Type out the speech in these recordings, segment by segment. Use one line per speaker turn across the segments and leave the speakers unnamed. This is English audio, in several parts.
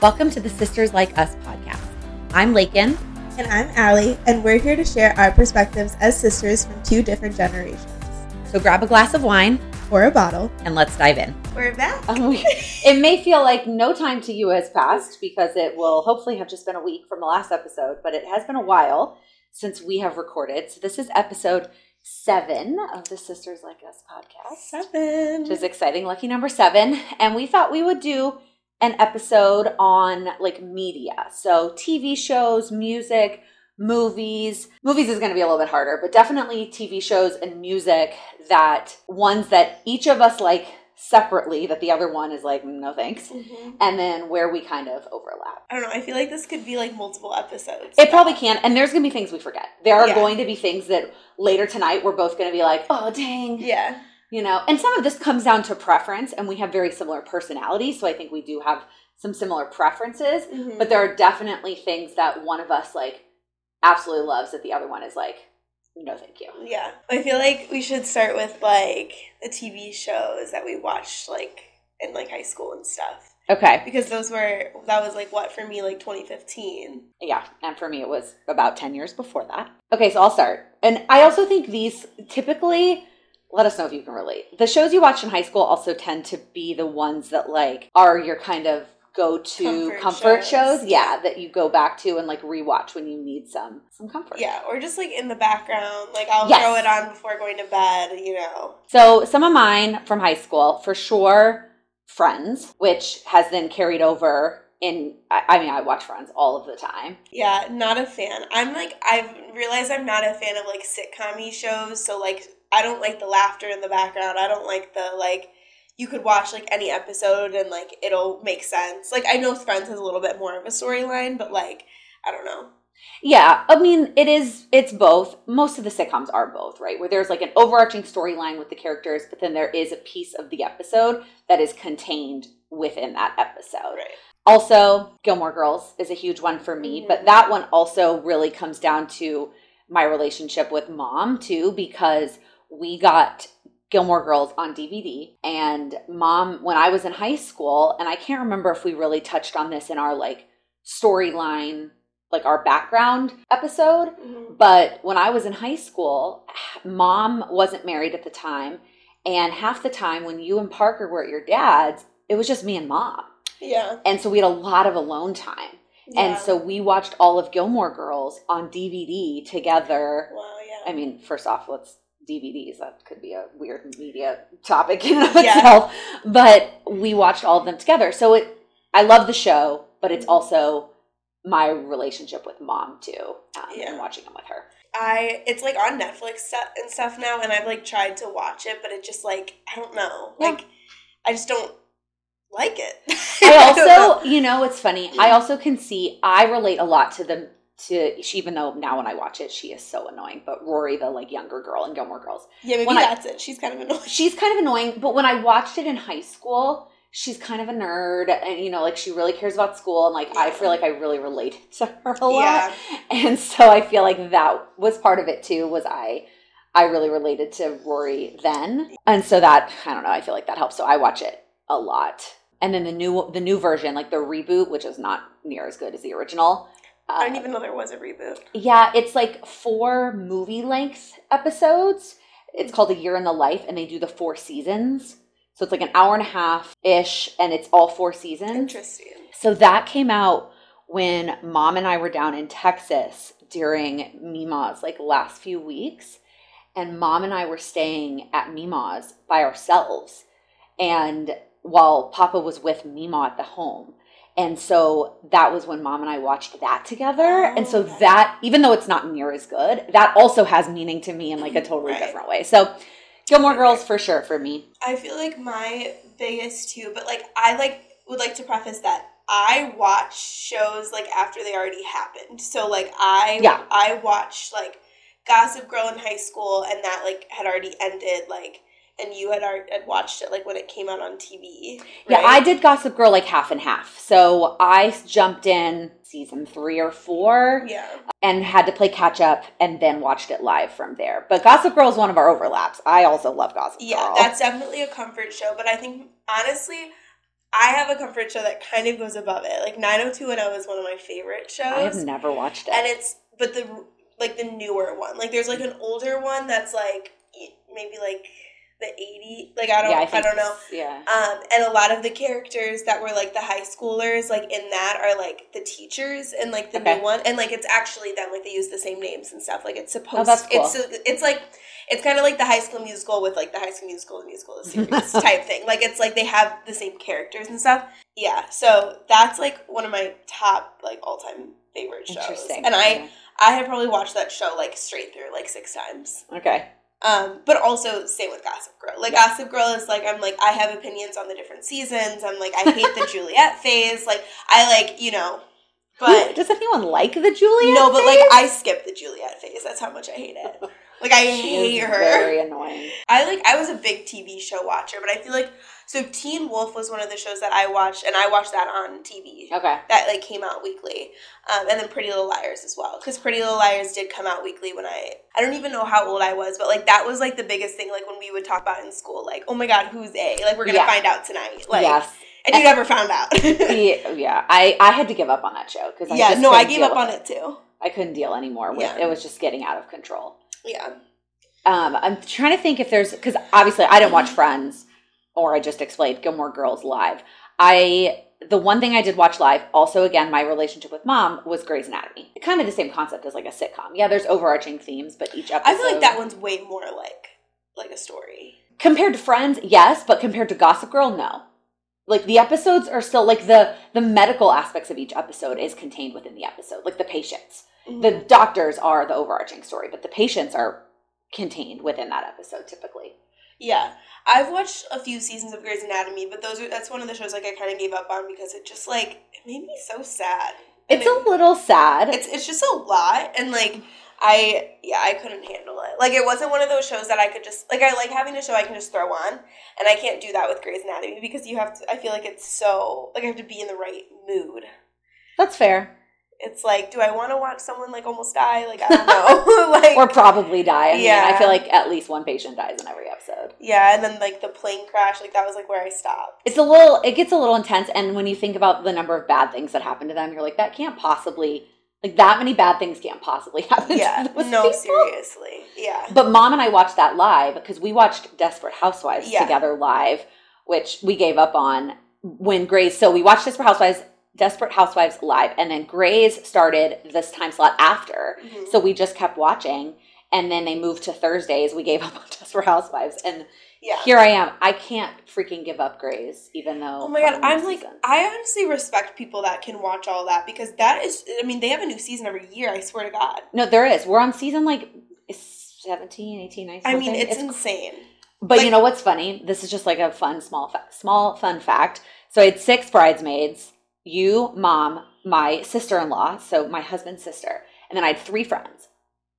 Welcome to the Sisters Like Us podcast. I'm Lakin,
And I'm Allie, and we're here to share our perspectives as sisters from two different generations.
so grab a glass of wine
Or a bottle.
and let's dive in.
We're back.
it may feel like no time to you has passed because it will hopefully have just been a week from the last episode, but it has been a while since we have recorded. So this is episode seven of the Sisters Like Us podcast.
Seven.
which is exciting. Lucky number seven. And we thought we would do an episode on like media. So TV shows, music, movies. Movies is going to be a little bit harder, but definitely TV shows and music that ones that each of us like separately, that the other one is like, "Mm, no thanks.
Mhm.
And then where we kind of overlap.
I don't know. I feel like this could be like multiple episodes.
It probably can. And there's going to be things we forget. There are
Yeah.
going to be things that later tonight we're both going to be like, oh, dang.
Yeah.
you know and some of this comes down to preference and we have very similar personalities so i think we do have some similar preferences
Mhm.
but there are definitely things that one of us like absolutely loves that the other one is like no thank you
yeah. I feel like we should start with like the TV shows that we watched like in like high school and stuff.
okay
Because those were, that was like what for me, like 2015.
yeah and for me it was about 10 years before that okay so i'll start and i also think these typically let us know if you can relate the shows you watched in high school also tend to be the ones that like are your kind of go-to comfort,
Comfort
shows.
shows.
yeah that you go back to and like rewatch when you need some some comfort
Yeah. Or just like in the background. Like I'll
Yes.
throw it on before going to bed, you know.
So some of mine from high school, for sure, Friends, which has then carried over in. I, I mean, I watch Friends all of the time.
Yeah, not a fan. I'm like I've realized I'm not a fan of like sitcom shows, so like I don't like the laughter in the background. I don't like the like you could watch like any episode and like it'll make sense. Like I know Friends has a little bit more of a storyline, but like I don't know.
Yeah, I mean, it is. It's both. Most of the sitcoms are both, right? Where there's like an overarching storyline with the characters, but then there is a piece of the episode that is contained within that episode.
Right.
Also, Gilmore Girls is a huge one for me, but that one also really comes down to my relationship with mom too, because we got Gilmore Girls on DVD. And mom, when I was in high school, and I can't remember if we really touched on this in our like storyline, like our background episode,
Mm-hmm.
but when I was in high school, mom wasn't married at the time. And half the time when you and Parker were at your dad's, it was just me and mom.
Yeah.
And so we had a lot of alone time.
Yeah.
And so we watched all of Gilmore Girls on DVD together.
Wow, yeah.
I mean, first off, let's DVDs. That could be a weird media topic in and of
Yeah.
itself. But we watched all of them together. So it I love the show, but it's
Mhm.
also my relationship with mom too. Um,
Yeah.
and watching them with her.
I it's like on Netflix stu- and stuff now and I've like tried to watch it, but it just like I don't know.
Yeah.
Like I just don't like it.
I also, you know, it's funny. I also can see I relate a lot to the to she even though now when I watch it, she is so annoying. But Rory, the like younger girl in Gilmore Girls,
Yeah, maybe
when I-
that's it. She's kind of annoying.
she's kind of annoying, but when I watched it in high school, she's kind of a nerd and you know, like she really cares about school and like I feel like I really related to her a lot.
Yeah.
And so I feel like that was part of it too was I I really related to Rory then. And so that I don't know, I feel like that helps. So I watch it a lot. And then the new the new version, like the reboot, which is not near as good as the original. Uh,
I didn't even know there was a reboot.
yeah, it's like four movie length episodes. It's called A Year in the Life, and they do the four seasons. So it's like an hour and a half ish, and it's all four seasons.
Interesting.
So that came out when mom and I were down in Texas during Mima's like last few weeks. And mom and I were staying at Mima's by ourselves. And while Papa was with Mima at the home. And so that was when mom and I watched that together. and so
Oh, okay.
that, even though it's not near as good, that also has meaning to me in like a totally
Right.
different way. So Gilmore Girls for sure for me.
I feel like my biggest two, but like I like would like to preface that I watch shows like after they already happened. So like I
Yeah.
I watched like Gossip Girl in high school, and that like had already ended. Like and you had already had watched it like when it came out on TV.
Yeah, I
right?
did Gossip Girl like half and half. So I s- jumped in season three or four
yeah
and had to play catch up and then watched it live from there. But Gossip Girl is one of our overlaps. I also love Gossip Girl.
yeah. That's definitely a comfort show, but I think honestly. I have a comfort show that kind of goes above it. Like 90210 is one of my favorite shows.
I have never watched it.
and it's but the like the newer one like there's like an older one that's like e- maybe like the 80 like i don't I, don't know
Yeah.
um and a lot of the characters that were like the high schoolers like in that are like the teachers and like the
Okay.
new one and like it's actually them like they use the same names and stuff like it's supposed
Oh, that's cool.
it's it's like it's kind of like the high school musical with like the high school musical and musical the series type thing like it's like they have the same characters and stuff yeah so that's like one of my top like all-time favorite shows
Interesting.
and i I have probably watched that show like straight through like six times.
Yeah. okay.
Um, but also same with Gossip Girl. Like Gossip Girl is like I'm like I have opinions on the different seasons. I'm like I hate the Juliet phase. Like I like you know,
But
but
does anyone like the Julia?
no, but like I skip the Juliet phase. That's how much I hate it. Like I
she
hate
is
her.
very annoying.
I like I was a big TV show watcher, but I feel like so Teen Wolf was one of the shows that I watched, and I watched that on TV
Okay.
that like came out weekly, um, and then Pretty Little Liars as well. Because Pretty Little Liars did come out weekly when I I don't even know how old I was, but like that was like the biggest thing. Like when we would talk about in school, like oh my god, who's A? Like we're gonna
Yeah.
find out tonight. Like
yes.
and you never found out. yeah,
Yeah, yeah. I I had to give up on that show because I just
no, I
couldn't
gave
deal
up
with
on it too.
I couldn't deal anymore with
Yeah.
it was just getting out of control.
Yeah,
Um, I'm trying to think if there's because obviously I didn't
Mm-hmm.
watch Friends or I just explained Gilmore Girls live. I the one thing I did watch live, also again my relationship with mom was Grey's Anatomy. Kind of the same concept as like a sitcom. Yeah, there's overarching themes, but each episode
I feel like that one's way more like like a story.
compared to Friends, yes, but compared to Gossip Girl, no. Like the episodes are still like the the medical aspects of each episode is contained within the episode, like the patients.
Mm-hmm.
The doctors are the overarching story, but the patients are contained within that episode typically.
Yeah, I've watched a few seasons of Grey's Anatomy, but those are that's one of the shows like I kind of gave up on because it just like it made me so sad. And
It's
it-
a little sad.
it's it's just a lot and like I yeah, I couldn't handle it. Like it wasn't one of those shows that I could just like I like having a show I can just throw on and I can't do that with Grey's Anatomy because you have to I feel like it's so like I have to be in the right mood.
That's fair.
It's like, do I wanna watch someone like almost die? Like I don't know. like
Or probably die. I mean, I
Yeah.
feel like at least one patient dies in every episode.
Yeah, and then like the plane crash, like that was like where I stopped.
It's a little it gets a little intense and when you think about the number of bad things that happen to them, you're like that can't possibly like that many bad things can't possibly happen
Yeah.
to those
no,
people.
seriously. Yeah.
But mom and I watched that live because we watched Desperate Housewives
Yeah.
together live, which we gave up on when Grays. So we watched Desperate Housewives, Desperate Housewives live, and then Grays started this time slot after.
Mhm.
So we just kept watching, and then they moved to Thursdays. We gave up on Desperate Housewives, and
Yeah.
here I am. I can't freaking give up Grays, even though
Oh my god,
from
I'm
the
like
season.
I honestly respect people that can watch all that because that is I mean, they have a new season every year, I swear to god.
no, there is. We're on season like. 17, 18, 19.
I mean,
something.
it's, insane.
But you
Like-
know what's funny? This is just like a fun small fa- small fun fact. So I had six bridesmaids, you, mom, my sister-in-law, so my husband's sister, and then I had three friends.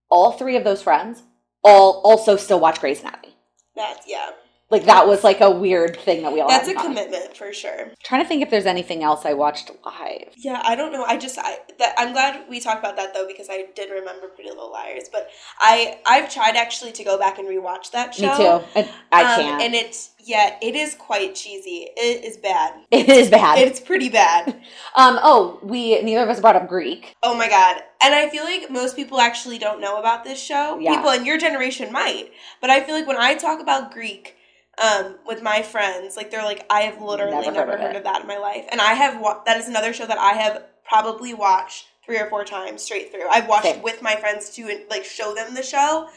All three of those friends all also still watch Grey's Anatomy.
That's yeah.
Like that was like a weird thing that we all
That's a
had in common.
commitment for sure.
Trying to think if there's anything else I watched live.
Yeah, I don't know. I just I that I'm glad we talked about that though because I did remember Pretty Little Liars, but I I've tried actually to go back and rewatch that show.
Me too. I, I
Um,
can't.
And it's yeah, it is quite cheesy. It is bad.
it is bad.
It's pretty bad.
um. Oh, we neither of us brought up Greek.
Oh my god. And I feel like most people actually don't know about this show.
Yeah.
People in your generation might. But I feel like when I talk about Greek um, with my friends, like they're like, I have literally
Never heard
never,
of
heard,
it.
of that in my life. And I have, wa- that is another show that I have probably watched three or four times straight through. I've watched
Same.
with my friends to like show them the show.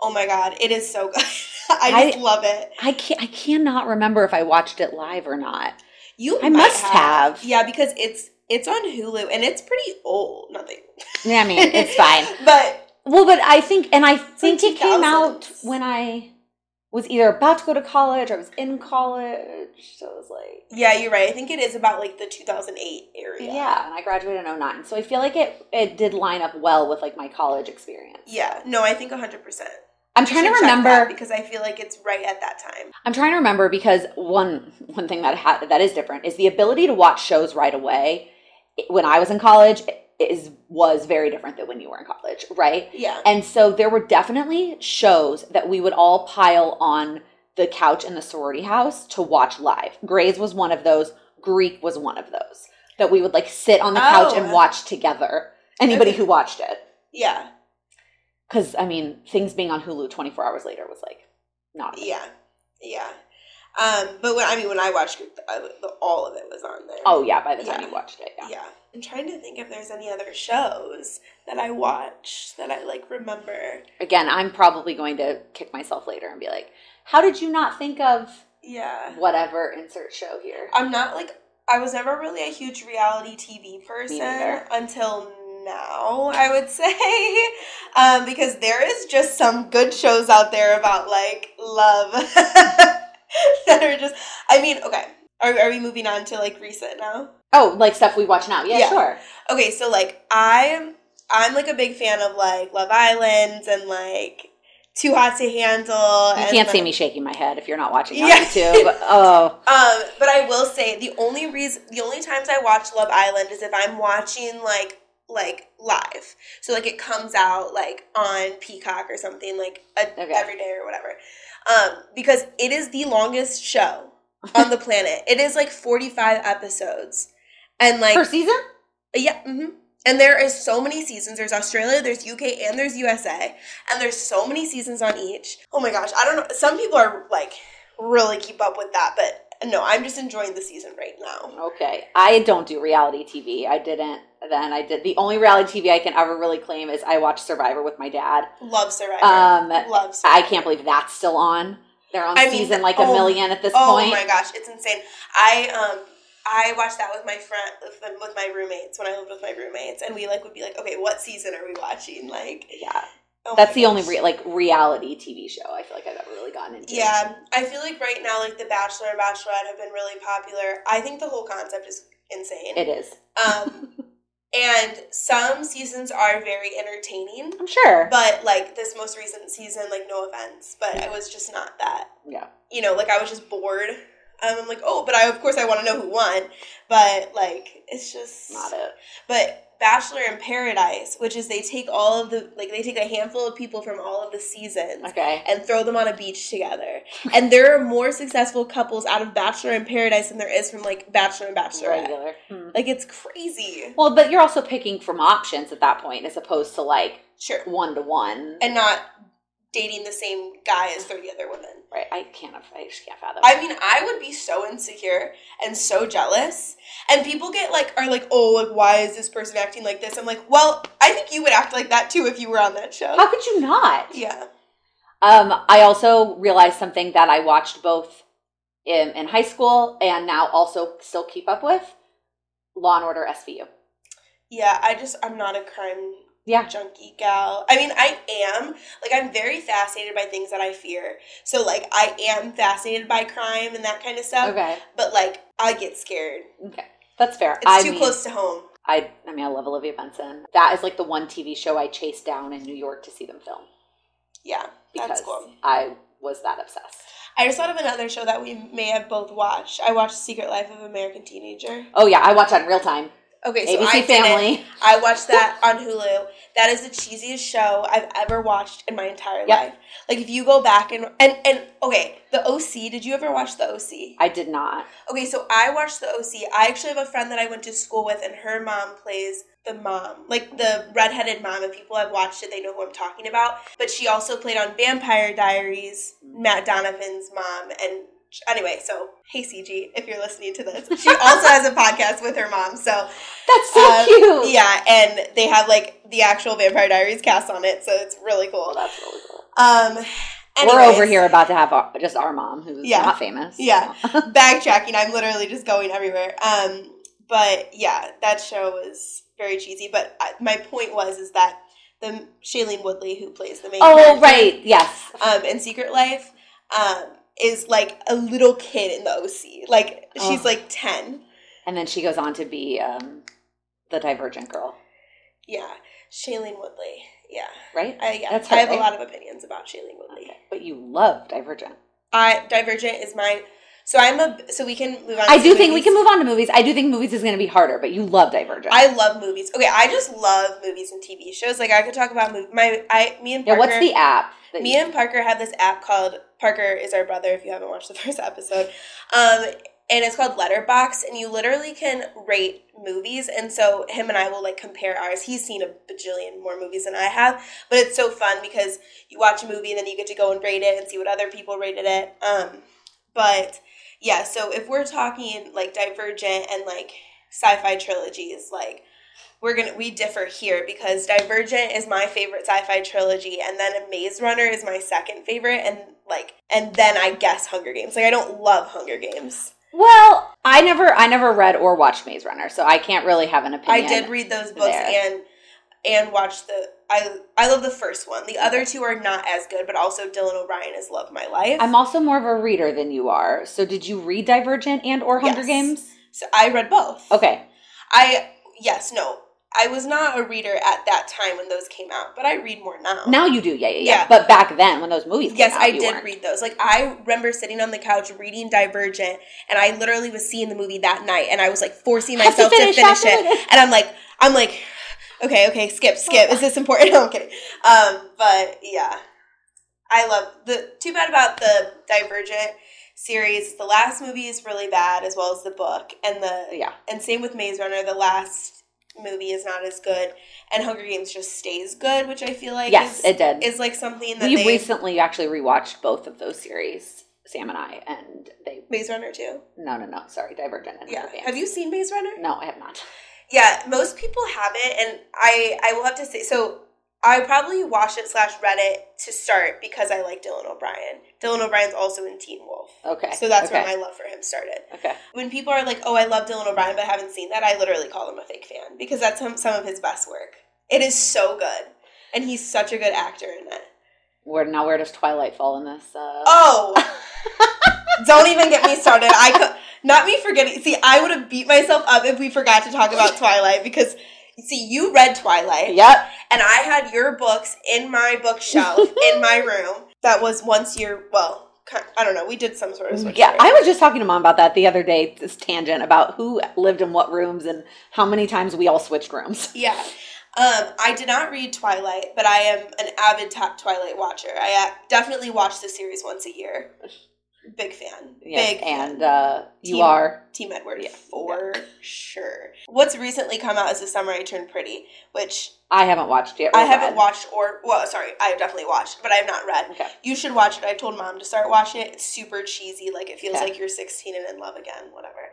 Oh my god, it is so good. I just love it.
I can I cannot remember if I watched it live or not.
You
I
might
must have.
Yeah, because it's it's on Hulu and it's pretty old. Nothing.
Yeah, I mean, it's fine.
But
Well, but I think, and I think it came
2000s.
out when I was either about to go to college or I was in college. So it was like,
yeah, you're right. I think it is about like the 2008 area.
yeah, and I graduated in 09. So I feel like it, it did line up well with like my college experience.
Yeah, no, I think 100%.
I'm trying
Should
to
check that
remember.
because I feel like it's right at that time.
I'm trying to remember because one one thing that ha- that is different is the ability to watch shows right away. It- When I was in college, it is was very different than when you were in college, right?
Yeah.
And so there were definitely shows that we would all pile on the couch in the sorority house to watch live. Grays was one of those. Greek was one of those that we would like sit on the couch
Oh.
and watch together. Anybody who watched it.
Yeah.
Because, I mean, things being on Hulu 24 hours later was like not. a thing.
Yeah. Yeah. Um, but when I mean when I watched Greek, I, the, all of it was on there.
Oh, yeah, by the time
Yeah.
you watched it. Yeah.
Yeah. I'm trying to think if there's any other shows that I watch that I like remember.
Again, I'm probably going to kick myself later and be like, how did you not think of
Yeah.
whatever insert show here?
I'm not like I was never really a huge reality TV person
neither.
until now, I would say. Um, because there is just some good shows out there about like love that are just I mean, okay. Are, are we moving on to like recent now?
Oh, like stuff we watch now. Yeah,
Yeah.
sure.
Okay, so like I'm I'm like a big fan of like Love Island and like Too Hot to Handle.
You
and,
can't see
like-
me shaking my head if you're not watching on
Yeah.
YouTube. Oh,
Um, but I will say the only reason, the only times I watch Love Island is if I'm watching like like live. So like it comes out like on Peacock or something like a,
Okay.
every day or whatever. Um, because it is the longest show on the planet. It is like 45 episodes. And like
per season?
yeah. hmm And there is so many seasons. There's Australia, there's UK, and there's USA. And there's so many seasons on each. Oh my gosh. I don't know. Some people are like really keep up with that, but no, I'm just enjoying the season right now.
Okay. I don't do reality TV. I didn't then. I did. The only reality TV I can ever really claim is I watch Survivor with my dad.
Love Survivor.
Um,
Love Survivor.
I can't believe that's still on. They're on
I mean,
season like a
oh,
million at this
Oh
point.
my gosh, it's insane. I um I watched that with my friend with, with my roommates when I lived with my roommates, and we like would be like, okay, what season are we watching? Like,
Yeah.
oh
That's
my
the only
gosh.
re- like reality TV show I feel like I've ever really gotten into.
Yeah, I feel like right now, like The Bachelor and Bachelorette have been really popular. I think the whole concept is insane.
It is.
Um, and some seasons are very entertaining,
I'm sure.
but like this most recent season, like no offense, but I was just not that.
Yeah.
You know, like I was just bored. Um, I'm like, oh, but I of course I want to know who won, but like it's just
Not it.
but Bachelor in Paradise, which is they take all of the like they take a handful of people from all of the seasons
Okay.
and throw them on a beach together. And there are more successful couples out of Bachelor in Paradise than there is from like Bachelor and Bachelorette.
Regular. Hmm.
Like it's crazy.
Well, but you're also picking from options at that point as opposed to like
Sure.
one to one.
And not dating the same guy as 30 other women.
Right. I can't. I just can't fathom.
I mean, I would be so insecure and so jealous. And people get like are like, "Oh, like why is this person acting like this?" I'm like, "Well, I think you would act like that too if you were on that show."
How could you not?
Yeah.
Um, I also realized something that I watched both in, in high school and now also still keep up with Law and Order SVU.
Yeah, I just I'm not a crime
Yeah.
junkie gal. I mean, I am like I'm very fascinated by things that I fear. So like I am fascinated by crime and that kind of stuff.
Okay.
But like I get scared.
That's fair.
It's
I
too
mean,
close to home.
I, I mean, I love Olivia Benson. That is like the one TV show I chased down in New York to see them film
Yeah,
because
that's cool.
I was that obsessed.
I just thought of another show that we may have both watched. I watched Secret Life of American Teenager.
Oh yeah, I watch on real time.
Okay, so
ABC
I did it.
Family.
I watched that on Hulu. That is the cheesiest show I've ever watched in my entire
Yep.
life. Like if you go back and and and okay, the OC. Did you ever watch the OC?
I did not.
Okay, so I watched the OC. I actually have a friend that I went to school with, and her mom plays the mom, like the redheaded mom. If people have watched it, they know who I'm talking about. But she also played on Vampire Diaries, Matt Donovan's mom. And anyway, so hey, CG, if you're listening to this, she also has a podcast with her mom. So
That's so
Um,
cute.
yeah, and they have like the actual Vampire Diaries cast on it, so it's really
Well,
cool.
Oh, that's really cool.
Um,
We're
anyways.
over here about to have our, just our mom, who's
Yeah.
not famous.
Yeah. backtracking. I'm literally just going everywhere. Um, but yeah, that show was very cheesy. But I, my point was is that the Shailene Woodley who plays the main
Oh
character,
right, yes.
um, in Secret Life um, is like a little kid in the OC. Like she's
Oh.
like ten.
And then she goes on to be um, the Divergent girl,
Yeah, Shailene Woodley. Yeah,
right?
I, yeah.
That's
I have
her,
a
right?
lot of opinions about Shailene Woodley.
Okay. But you love Divergent.
I Divergent is my. So I'm a. So we can move on.
I
to
do think we
movies.
can move on to movies. I do think movies is going to be harder, but you love Divergent.
I love movies. Okay, I just love movies and TV shows. Like I could talk about movie. My I me and
yeah,
Parker.
what's the app? That
me and Parker have this app called Parker is our brother. If you haven't watched the first episode, um, and it's called Letterbox, and you literally can rate movies. And so him and I will like compare ours. He's seen a bajillion more movies than I have, but it's so fun because you watch a movie and then you get to go and rate it and see what other people rated it. Um, but yeah, so if we're talking like Divergent and like sci-fi trilogies, like we're gonna we differ here because Divergent is my favorite sci-fi trilogy, and then Maze Runner is my second favorite, and like and then I guess Hunger Games. Like I don't love Hunger Games.
Well, I never I never read or watched Maze Runner, so I can't really have an
I
opinion.
did read those books
there.
and and watch the I I love the first one. The other two are not as good, but also Dylan O'Brien is Love My Life.
I'm also more of a reader than you are. So did you read Divergent and or Hunger
Yes.
Games?
so I read both.
Okay.
I yes, no. I was not a reader at that time when those came out, but I read more now.
Now you do, yeah, yeah, yeah.
Yeah.
But back then when those movies came
Yes,
out,
I
you
did
weren't.
read those. Like I remember sitting on the couch reading Divergent, and I literally was seeing the movie that night, and I was like forcing
Have to
myself to
finish,
finish,
have to
it.
finish.
And I'm like, I'm like, okay, okay, skip, skip. Is this important? No, I'm kidding. Um, but yeah, I love the. Too bad about the Divergent series. The last movie is really bad, as well as the book, and the
Yeah.
and same with Maze Runner. The last movie is not as good, and Hunger Games just stays good, which I feel like
yes,
is,
it did.
is like something that
we
they
recently actually rewatched both of those series, Sam and I, and they
Maze Runner too.
no no no, sorry, Divergent and
Yeah.
Hunger Games.
Have you seen Maze Runner?
No, I have not.
Yeah, most people haven't, and I I will have to say so. I probably watched it slash read it to start because I like Dylan O'Brien. Dylan O'Brien's also in Teen Wolf,
Okay.
so that's
okay.
where my love for him started.
Okay.
When people are like, "Oh, I love Dylan O'Brien," but I haven't seen that, I literally call him a fake fan because that's some some of his best work. It is so good, and he's such a good actor in it.
Where now where does Twilight fall in this? Uh,
Oh. Don't even get me started. I could not me forgetting. See, I would have beat myself up if we forgot to talk about Twilight because see, you read Twilight
Yep.
and I had your books in my bookshelf in my room. That was once your well, ki- I don't know. We did some sort of switch.
Mm, Yeah,
right?
I was just talking to mom about that the other day. This tangent about who lived in what rooms and how many times we all switched rooms.
Yeah. Um, I did not read Twilight, but I am an avid top Twilight watcher. I uh, definitely watch the series once a year. Big fan.
Yes,
Big fan.
and uh, you
Team-
are
Team Edward
Yeah.
for sure. What's recently come out is The Summer I Turned Pretty, which
I haven't watched yet. or
I haven't
read.
watched or well, sorry, I have definitely watched, but I have not read.
Okay.
You should watch it. I told mom to start watching it. It's super cheesy, like it feels
Okay.
like you're 16 and in love again, whatever.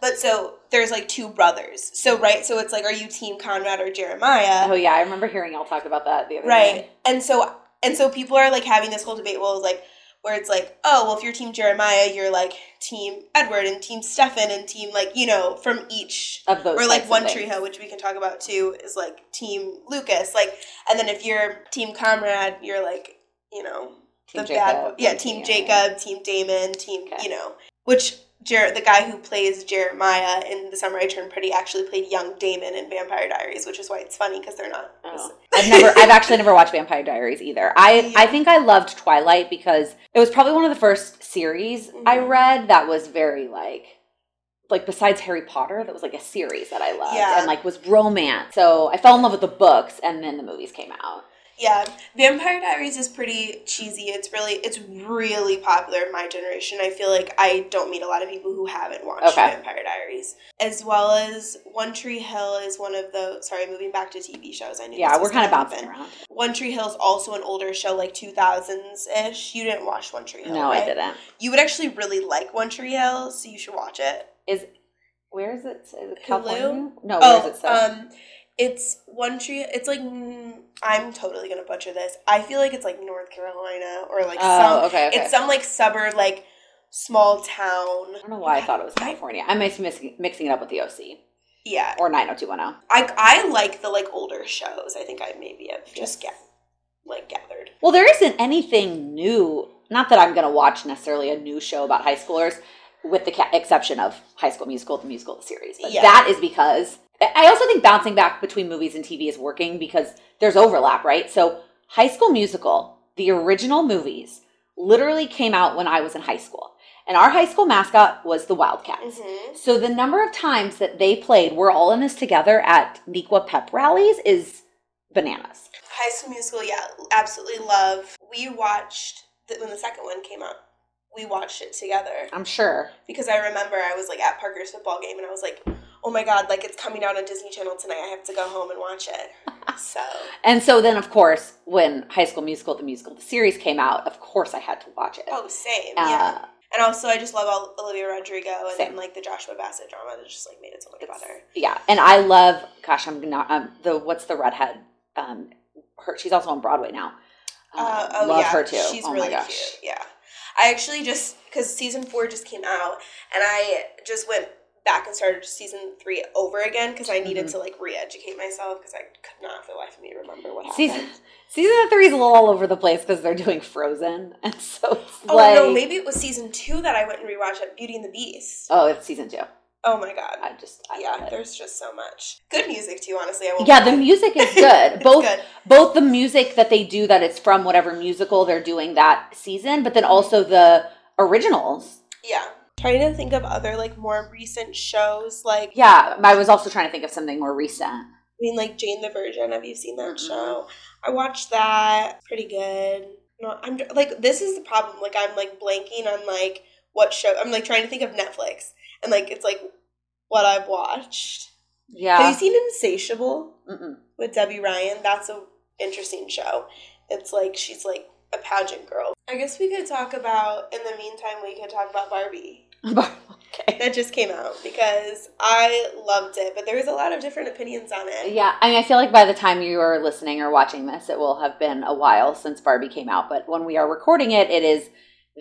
But so there's like two brothers. So right, so it's like are you team Conrad or Jeremiah?
Oh yeah, I remember hearing y'all talk about that the other
Right.
day.
And so and so people are like having this whole debate well like where it's like, oh well if you're team Jeremiah, you're like team Edward and team Stefan and team like, you know, from each
Of those
or like
types of
One
things.
Tree Hill, which we can talk about too, is like team Lucas. Like and then if you're team Comrade, you're like, you know,
Team
the
Jacob,
bad yeah, team Jacob, team Damon, team
Okay.
you know. Which Jer- the guy who plays Jeremiah in The Summer I Turned Pretty actually played young Damon in Vampire Diaries, which is why it's funny because they're not.
Oh. I've never I've actually never watched Vampire Diaries either. I
Yeah.
I think I loved Twilight because it was probably one of the first series I
Mhm.
read that was very like like besides Harry Potter that was like a series that I loved
Yeah.
and like was romance. So I fell in love with the books and then the movies came out.
Yeah, Vampire Diaries is pretty cheesy. It's really it's really popular in my generation. I feel like I don't meet a lot of people who haven't watched
Okay.
Vampire Diaries. As well as One Tree Hill is one of the sorry, moving back to TV shows. I knew
Yeah,
this
we're
was
kind of
gonna
bouncing
happen.
around.
One Tree Hill is also an older show, like two thousands ish. You didn't watch One Tree Hill,
No, I
right?
didn't.
You would actually really like One Tree Hill, so you should watch it.
Where is it? Is it
Hulu?
California? No,
Oh,
where is it? So?
um, it's one tree. It's like mm, I'm totally gonna butcher this. I feel like it's like North Carolina or like
oh,
some.
okay, okay.
It's some like suburb, like small town.
I don't know why I thought it was California. I might be mixing, mixing it up with the OC
Yeah,
or 90210.
I I like the like older shows. I think I maybe have just get like gathered.
Well, there isn't anything new. Not that I'm going to watch necessarily a new show about high schoolers, with the ca- exception of High School Musical, the musical the series. But
Yeah.
that is because I also think bouncing back between movies and TV is working because there's overlap, right? So, High School Musical, the original movies, literally came out when I was in high school. And our high school mascot was the Wildcats.
Mm-hmm.
So the number of times that they played, we're all in this together at Nequa pep rallies is bananas.
High School Musical, yeah, absolutely love. We watched the, when the second one came out. we watched it together
I'm sure.
because I remember I was like at Parker's football game and I was like, oh my god, like it's coming out on Disney Channel tonight. I have to go home and watch it. So
And so then, of course, when High School Musical, the musical, the series came out, of course I had to watch it.
oh, same,
Uh,
yeah. And also, I just love all Olivia Rodrigo and
Same.
then like the Joshua Bassett drama that just like made it so much
It's-
better.
Yeah, and I love. Gosh, I'm not um, the what's the redhead? Um, her she's also on Broadway now. Um,
Uh, oh
love
yeah,
her too.
She's
oh
really
my gosh.
cute. Yeah, I actually just because season four just came out, and I just went back and started season three over again because I needed
Mhm.
to like re-educate myself because I could not for the life of me remember what happened.
Season season three is a little all over the place because they're doing Frozen, and so it's
Oh
like
no, maybe it was season two that I went and rewatched at Beauty and the Beast.
oh, it's season two.
Oh my god.
I just I love
Yeah,
it.
there's just so much. Good music too, honestly. I won't
yeah. The
lie.
music is good.
It's
both
good.
both the music that they do that it's from whatever musical they're doing that season, but then also the originals.
Yeah. Trying to think of other like more recent shows like
Yeah, I was also trying to think of something more recent.
I mean, like Jane the Virgin. Have you seen that
Mhm.
show? I watched that. Pretty good. No, I'm like this is the problem. Like I'm like blanking on like what show. I'm like trying to think of Netflix and like it's like what I've watched.
Yeah.
Have you seen Insatiable
Mm-mm.
with Debbie Ryan? That's a interesting show. It's like she's like a pageant girl. I guess we could talk about. In the meantime, we could talk about Barbie
okay.
that just came out because I loved it, but there was a lot of different opinions on it.
Yeah, I mean, I feel like by the time you are listening or watching this, it will have been a while since Barbie came out. But when we are recording it, it is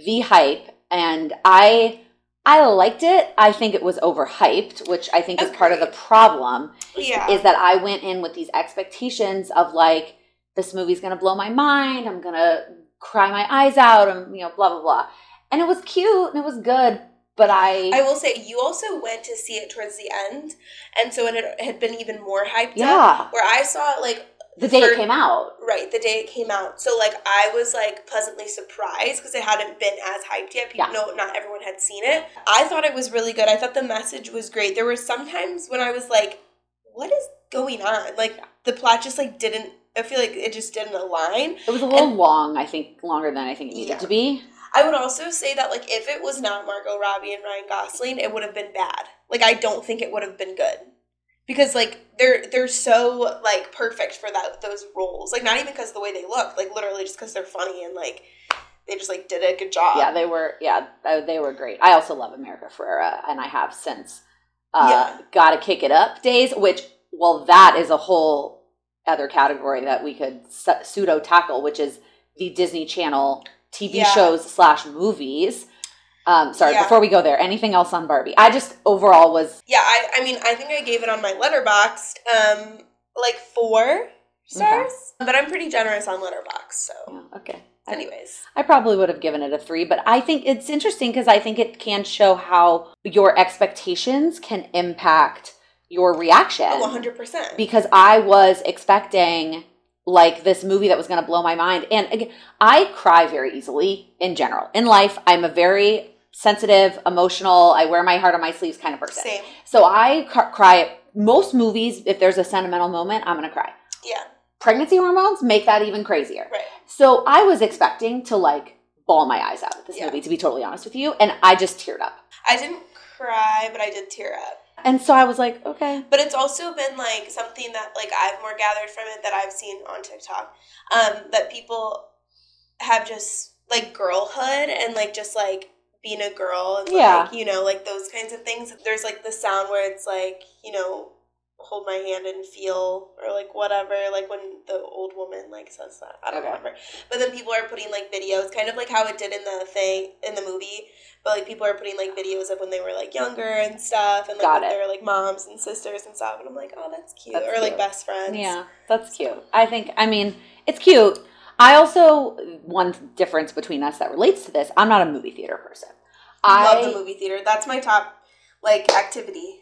the hype, and I, I liked it. I think it was overhyped, which I think is part of the
Agreed.
problem.
Yeah.
Is that I went in with these expectations of like, this movie's gonna blow my mind. I'm gonna cry my eyes out. and you know, blah blah blah. And it was cute and it was good, but
I will say you also went to see it towards the end, and so it had, it had been even more hyped up.
yeah,
Where I saw it like
the day
for-
it came out.
right the day it came out, so like I was like pleasantly surprised because it hadn't been as hyped yet. People,
Yeah.
No, not everyone had seen it. I thought it was really good. I thought the message was great. There were some times when I was like, "What is going on?" Like the plot just like didn't. I feel like it just didn't align.
It was a little long, I think, longer than I think it needed
Yeah.
to be.
I would also say that like if it was not Margot Robbie and Ryan Gosling, it would have been bad. Like I don't think it would have been good. Because like they're they're so like perfect for that those roles. Like not even because the way they look, like literally just because they're funny and like they just like did a good job.
yeah, they were. Yeah, uh, they were great. I also love America Ferrera, and I have since uh, gotta kick it up days. Which, well, that is a whole other category that we could su- pseudo tackle, which is the Disney Channel TV
Yeah.
shows slash movies. Um, sorry,
Yeah.
before we go there, anything else on Barbie? I just overall was
Yeah, I, I mean I think I gave it on my letterbox, um, like four stars. But I'm pretty generous on letterbox, so
yeah, okay. I-
anyways.
I probably would have given it a three, but I think it's interesting because I think it can show how your expectations can impact your reaction.
Oh, 100%.
Because I was expecting like this movie that was going to blow my mind. And again, I cry very easily in general. In life, I'm a very sensitive, emotional, I wear my heart on my sleeves kind of person.
Same.
So I cr- cry at most movies. If there's a sentimental moment, I'm going to cry.
Yeah.
Pregnancy hormones make that even crazier.
Right.
So I was expecting to like ball my eyes out at this
Yeah.
movie, to be totally honest with you, and I just teared up.
I didn't cry, but I did tear up.
And so I was like, okay,
But it's also been like something that like I've more gathered from it that I've seen on TikTok, um, that people have just like girlhood and like just like being a girl and
Yeah.
like you know like those kinds of things. There's like the sound where it's like you know hold my hand and feel or like whatever like when the old woman like says that i don't
Okay.
remember but then people are putting like videos kind of like how it did in the thing in the movie but like people are putting like videos of when they were like younger and stuff and like
Got
when
it.
they were like moms and sisters and stuff and i'm like oh that's cute
That's
or like
cute.
best friends
yeah, that's cute. I think, I mean, it's cute. I also, one difference between us that relates to this, I'm not a movie theater person.
i
I
love the movie theater that's my top like activity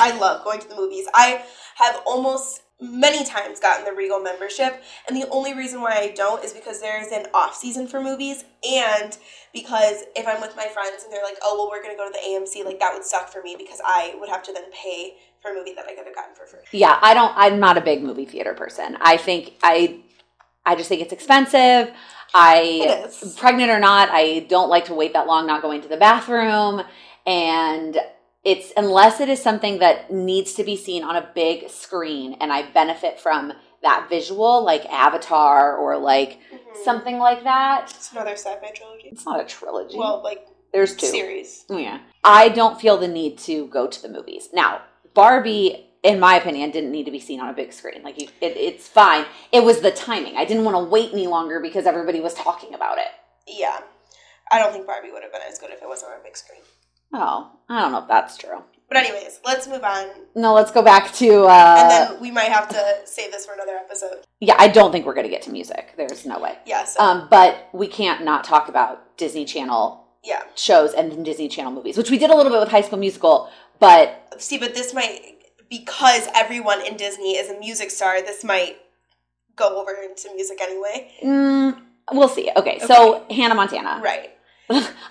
i love going to the movies i have almost many times gotten the regal membership and the only reason why i don't is because there is an off season for movies and because if i'm with my friends and they're like oh well we're going to go to the amc like that would suck for me because i would have to then pay for a movie that i could have gotten for free
Yeah, I don't. I'm not a big movie theater person. I think I, I just think it's expensive. I
It is.
pregnant or not, I don't like to wait that long not going to the bathroom and it's unless it is something that needs to be seen on a big screen and I benefit from that visual like Avatar or like
Mhm.
something like that.
It's another sci-fi trilogy.
It's not a trilogy.
Well, like
Mm-hmm. There's two.
series.
Yeah. I don't feel the need to go to the movies. Now, Barbie, in my opinion, didn't need to be seen on a big screen. Like, you, it, it's fine. It was the timing. I didn't want to wait any longer because everybody was talking about it.
Yeah. I don't think Barbie would have been as good if it wasn't on a big screen.
Oh, I don't know if that's true.
But anyways, let's move on.
No, let's go back to.
And
Uh,
then we might have to save this for another episode.
yeah, I don't think we're going to get to music. There's no way.
Yeah, so
Um, but we can't not talk about Disney Channel
yeah.
shows and then Disney Channel movies, which we did a little bit with High School Musical, but
See, but this might because everyone in Disney is a music star, this might go over into music anyway.
mm, we'll see. Okay, so Hannah Montana.
Right.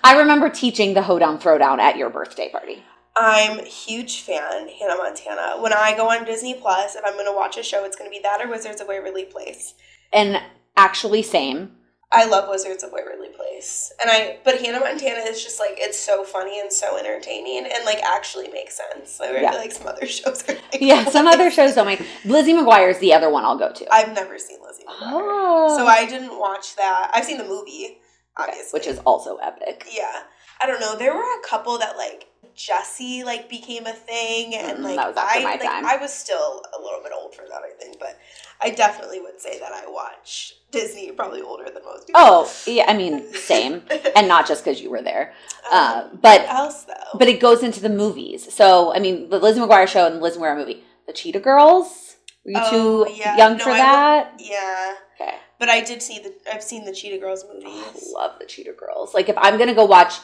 I remember teaching the hoedown throwdown at your birthday party.
I'm a huge fan Hannah Montana. When I go on Disney Plus, if I'm going to watch a show, it's going to be that or Wizards of Waverly Place.
And actually, same.
I love Wizards of Waverly Place. And I but Hannah Montana is just like it's so funny and so entertaining and like actually makes sense. Like, I
Yeah.
feel like some other shows are like
Yeah, some other shows don't make. Lizzie McGuire is the other one I'll go to.
I've never seen Lizzie McGuire.
oh.
So I didn't watch that. I've seen the movie, obviously.
Which is also epic.
Yeah. I don't know. There were a couple that like Jesse like became a thing and
Mm,
like
that was after
I
my
like
time.
I was still a little bit old for that I think, but I definitely would say that I watch Disney probably older than most people.
Oh, yeah, I mean, same. and not just because you were there. uh,
Um,
but-
what else though?
But it goes into the movies. So, I mean, the Lizzie McGuire show and the Lizzie McGuire movie. The Cheetah Girls? Were you
Oh,
too
yeah.
young
No,
for
I-
that?
yeah.
Okay.
But I did see the I've seen the Cheetah Girls movies.
I love the Cheetah Girls. Like if I'm gonna go watch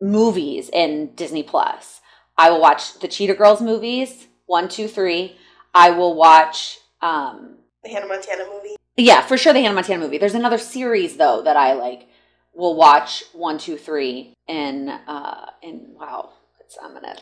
movies in Disney Plus, I will watch the Cheetah Girls movies one, two, three. I will watch. um
The Hannah Montana movie.
Yeah, for sure the Hannah Montana movie. There's another series though that I like. Will watch one, two, three, and uh and wow, it's, I'm gonna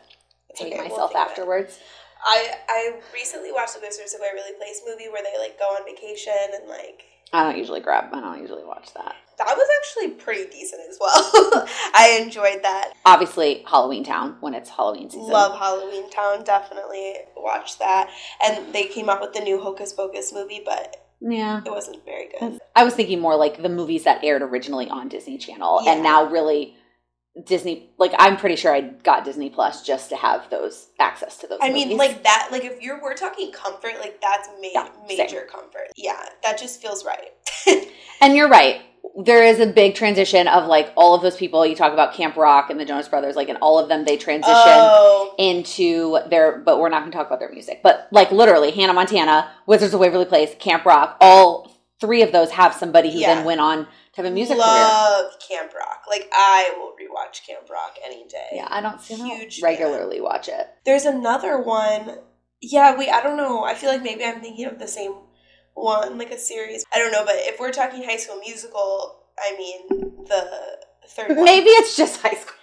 It's
hate
okay, we'll
myself
think about it.
afterwards.
I I recently watched the Wizards of Waverly Place movie where they like go on vacation and like
I don't usually grab. I don't usually watch that.
that was actually pretty decent as well. I enjoyed that.
Obviously, Halloween Town when it's Halloween season.
Love Halloween Town. Definitely watch that. And they came out with the new Hocus Pocus movie, but
Yeah.
it wasn't very good.
I was thinking more like the movies that aired originally on Disney Channel
Yeah.
and now really Disney like I'm pretty sure I got Disney Plus just to have those access to those
I mean,
movies.
like that. Like if you're we're talking comfort, like that's ma-
Yeah, same.
major comfort. Yeah, that just feels right.
and you're right. There is a big transition of like all of those people you talk about Camp Rock and the Jonas Brothers like and all of them they transition
Oh,
into their but we're not going to talk about their music. But like literally Hannah Montana, Wizards of Waverly Place, Camp Rock, all three of those have somebody who
Yeah.
then went on to have a music career.
love Camp Rock. Like I will rewatch Camp Rock any day.
Yeah, I don't see them
Huge fan.
regularly watch it.
There's another one. Yeah, we. I don't know. I feel like maybe I'm thinking of the same one, like a series. I don't know. But if we're talking High School Musical, I mean the third one.
Maybe it's just high school.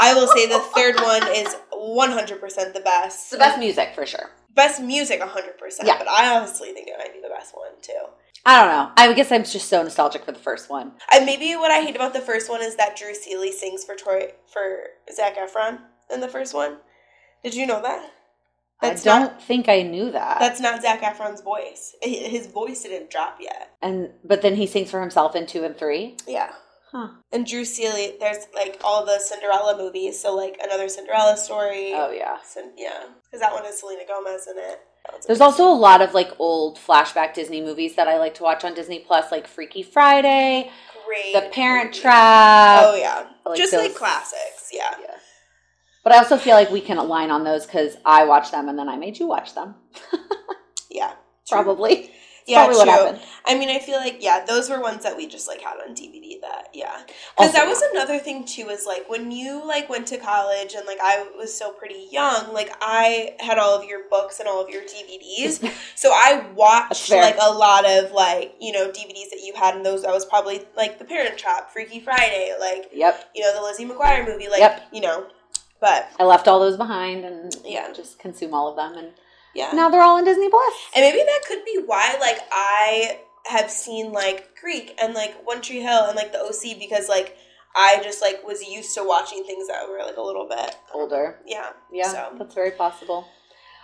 I will say the third one is 100 percent the best.
It's the best music for sure.
Best music, 100. percent
Yeah.
But I honestly think it might be the best one too.
I don't know. I guess I'm just so nostalgic for the first one.
And maybe what I hate about the first one is that Drew Seeley sings for Troy for Zach Efron in the first one. Did you know that?
I don't
Not,
think I knew that.
that's not Zach Efron's voice. Hi- His voice didn't drop yet.
and but then he sings for himself in two and three.
Yeah.
Huh.
And Drew Seeley, there's like all the Cinderella movies, so like another Cinderella story.
Oh yeah.
Cin- yeah, because that one is Selena Gomez in it.
There's also a lot of like old flashback Disney movies that I like to watch on Disney Plus, like Freaky Friday,
great.
The Parent
movie.
Trap.
Oh yeah,
I like
just
those.
like classics. Yeah.
Yeah. But I also feel like we can align on those because I watch them and then I made you watch them.
Yeah. True.
Probably.
Yeah,
Probably what
true.
happened.
I mean, I feel like yeah, those were ones that we just like had on DVD. That yeah, because that
Also-
was another thing too. Is like when you like went to college and like I was still pretty young. Like I had all of your books and all of your DVDs, so I
That's
watched
fair.
like a lot of like you know DVDs that you had and those. That was probably like The Parent Trap, Freaky Friday, like
Yep.
you know the Lizzie McGuire movie, like
Yep.
you know. But
I left all those behind and
Yeah.
just consume all of them and
yeah,
now they're all in Disney Plus.
And maybe that could be why, like, I have seen like Greek and like One Tree Hill and like the OC because like I just like was used to watching things that were like a little bit
older.
yeah
Yeah,
So.
that's very possible.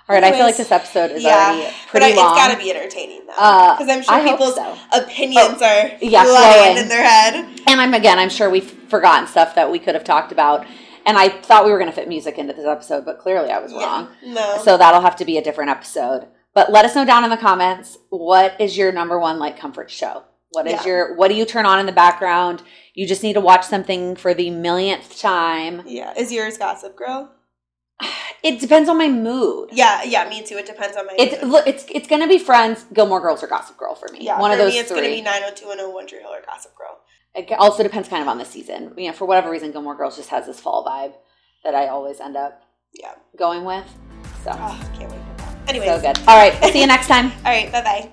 All right, I feel like
Anyways,
this episode is
yeah,
already
but
pretty
I, it's
long.
got to be entertaining though
Uh,
because I'm sure
I hope
people's
so. Oh,
opinions are
yeah,
flying
flowing.
in their head.
And I'm again, I'm sure we've forgotten stuff that we could have talked about. And I thought we were going to fit music into this episode, but clearly I was wrong.
Yeah, no.
So that'll have to be a different episode. But let us know down in the comments what is your number one like comfort show? What is
Yeah.
your what do you turn on in the background? You just need to watch something for the millionth time.
yeah, is yours Gossip Girl?
It depends on my mood.
Yeah, yeah, me too. It depends on my.
It's
mood.
look, it's it's gonna be Friends, Gilmore Girls, or Gossip Girl for me.
yeah,
one
for
of those
me, it's
three.
gonna be 90210 One Tree Hill or Gossip Girl.
it also depends kind of on the season. You know, for whatever reason, Gilmore Girls just has this fall vibe that I always end up
Yeah.
going with. So,
Oh, can't wait for that. Anyways,
so good. All right. We'll see you next time.
all right, bye bye.